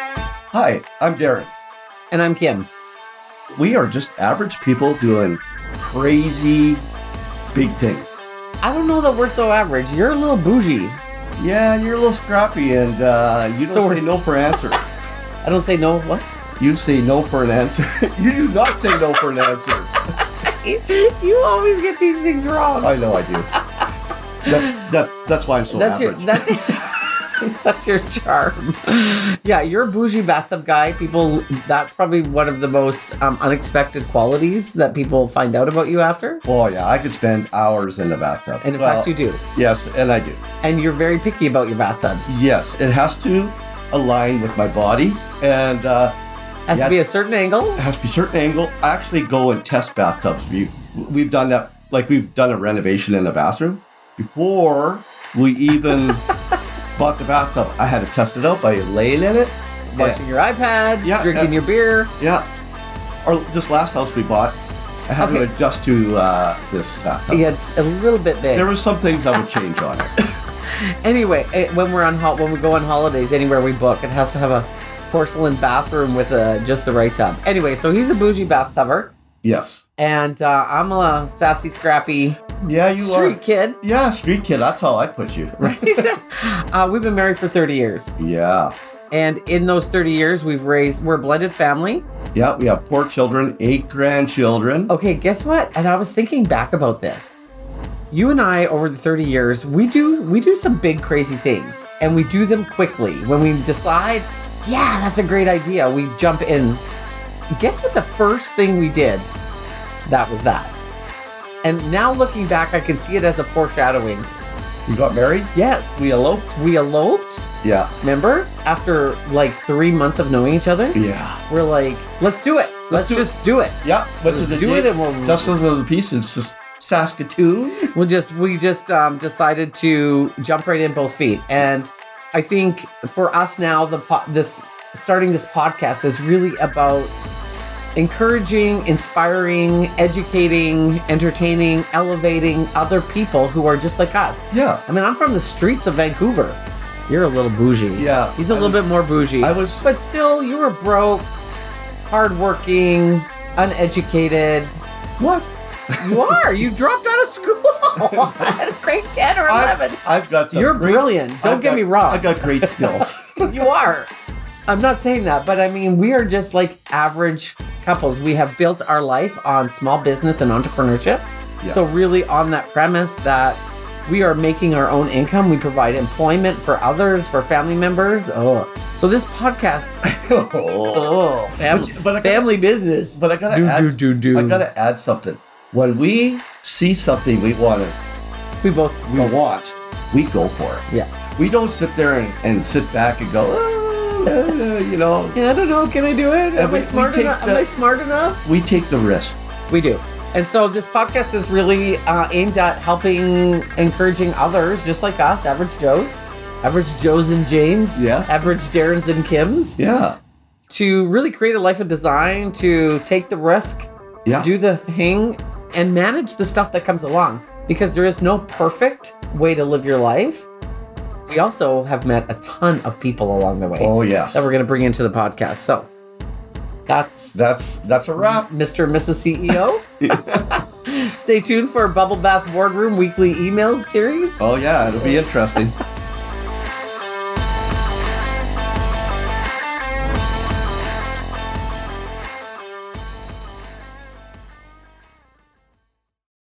Hi, I'm Darren. And I'm Kim. We are just average people doing crazy big things. I don't know that we're so average. You're a little bougie. Yeah, you're a little scrappy and uh, you don't So say we're- no for an answer. I don't say no. What? You say no for an answer. you do not say no for an answer. you always get these things wrong. I know I do. That's that, that's why I'm so that's your average. that's that's your charm. Yeah, you're a bougie bathtub guy. People, that's probably one of the most um, unexpected qualities that people find out about you after. oh yeah, I could spend hours in the bathtub. And in Well, fact, you do. yes, and I do. And you're very picky about your bathtubs. Yes, it has to align with my body and uh, Has yeah. to be a certain angle. it has to be a certain angle. I actually go and test bathtubs. We we've done that like we've done a renovation in the bathroom before we even bought the bathtub. I had to test it out by laying in it. Watching your iPad, Yeah, drinking yeah. your beer. Yeah. Or this last house we bought, I had Okay. to adjust to uh, this bathtub. Yeah, it's a little bit big. There were some things I would change on it. Anyway, eh, when we're on hol- when we go on holidays, anywhere we book, it has to have a porcelain bathroom with a just the right tub. Anyway, so he's a bougie bathtubber, Yes. and uh, I'm a sassy, scrappy Yeah, you street are. kid. Yeah, street kid. That's how I put you. Right? uh, we've been married for 30 years, Yeah. and in those 30 years, we've raised we're a blended family. Yeah, we have four children, eight grandchildren. Okay, guess what? And I was thinking back about this. You and I over the 30 years, we do we do some big crazy things and we do them quickly. When we decide, yeah, that's a great idea, we jump in. Guess what the first thing we did? That was that. And now looking back, I can see it as a foreshadowing. We got married. Yes, We eloped. we eloped, Yeah. remember? After like 3 months of knowing each other, Yeah. we're like, let's do it. Let's, do it." just do it. Yeah, but to Let's the do it and we'll Just under the piece, it's just Saskatoon. we just we just um, decided to jump right in both feet and i think for us now the po- this starting this podcast is really about encouraging inspiring educating entertaining elevating other people who are just like us Yeah, i mean i'm from the streets of vancouver you're a little bougie yeah. he's a I little was- bit more bougie I was. but still you were broke hardworking uneducated What? you are. You dropped out of school at grade 10 or I- 11. I've got some. You're great- brilliant. Don't I've get got- me wrong. I've got great skills. you are. I'm not saying that, but I mean, we are just like average couples. We have built our life on small business and entrepreneurship. Yeah. So, really, on that premise that we are making our own income, we provide employment for others, for family members. Oh, so this podcast, oh, fam- But- but I gotta- family business. but I gotta Do, add. do, do, do. I gotta add something. When we see something we want, to, we both, we want, we go for it. yeah. We don't sit there and, and sit back and go, "Oh, uh, you know. Yeah, I don't know. Can I do it? And Am we- I we smart take enough? the- Am I smart enough? We take the risk. We do. And so this podcast is really uh, aimed at helping, encouraging others, just like us, average Joes, average Joes and Janes, Yes. average Darrens and Kims, Yeah. to really create a life of design, to take the risk, Yeah. do the thing, and manage the stuff that comes along. Because there is no perfect way to live your life. We also have met a ton of people along the way Oh yes. that we're going to bring into the podcast. So that's That's that's a wrap. Mr. and Mrs. CEO. Stay tuned for Bubble Bath Boardroom weekly email series. Oh yeah, it'll be interesting.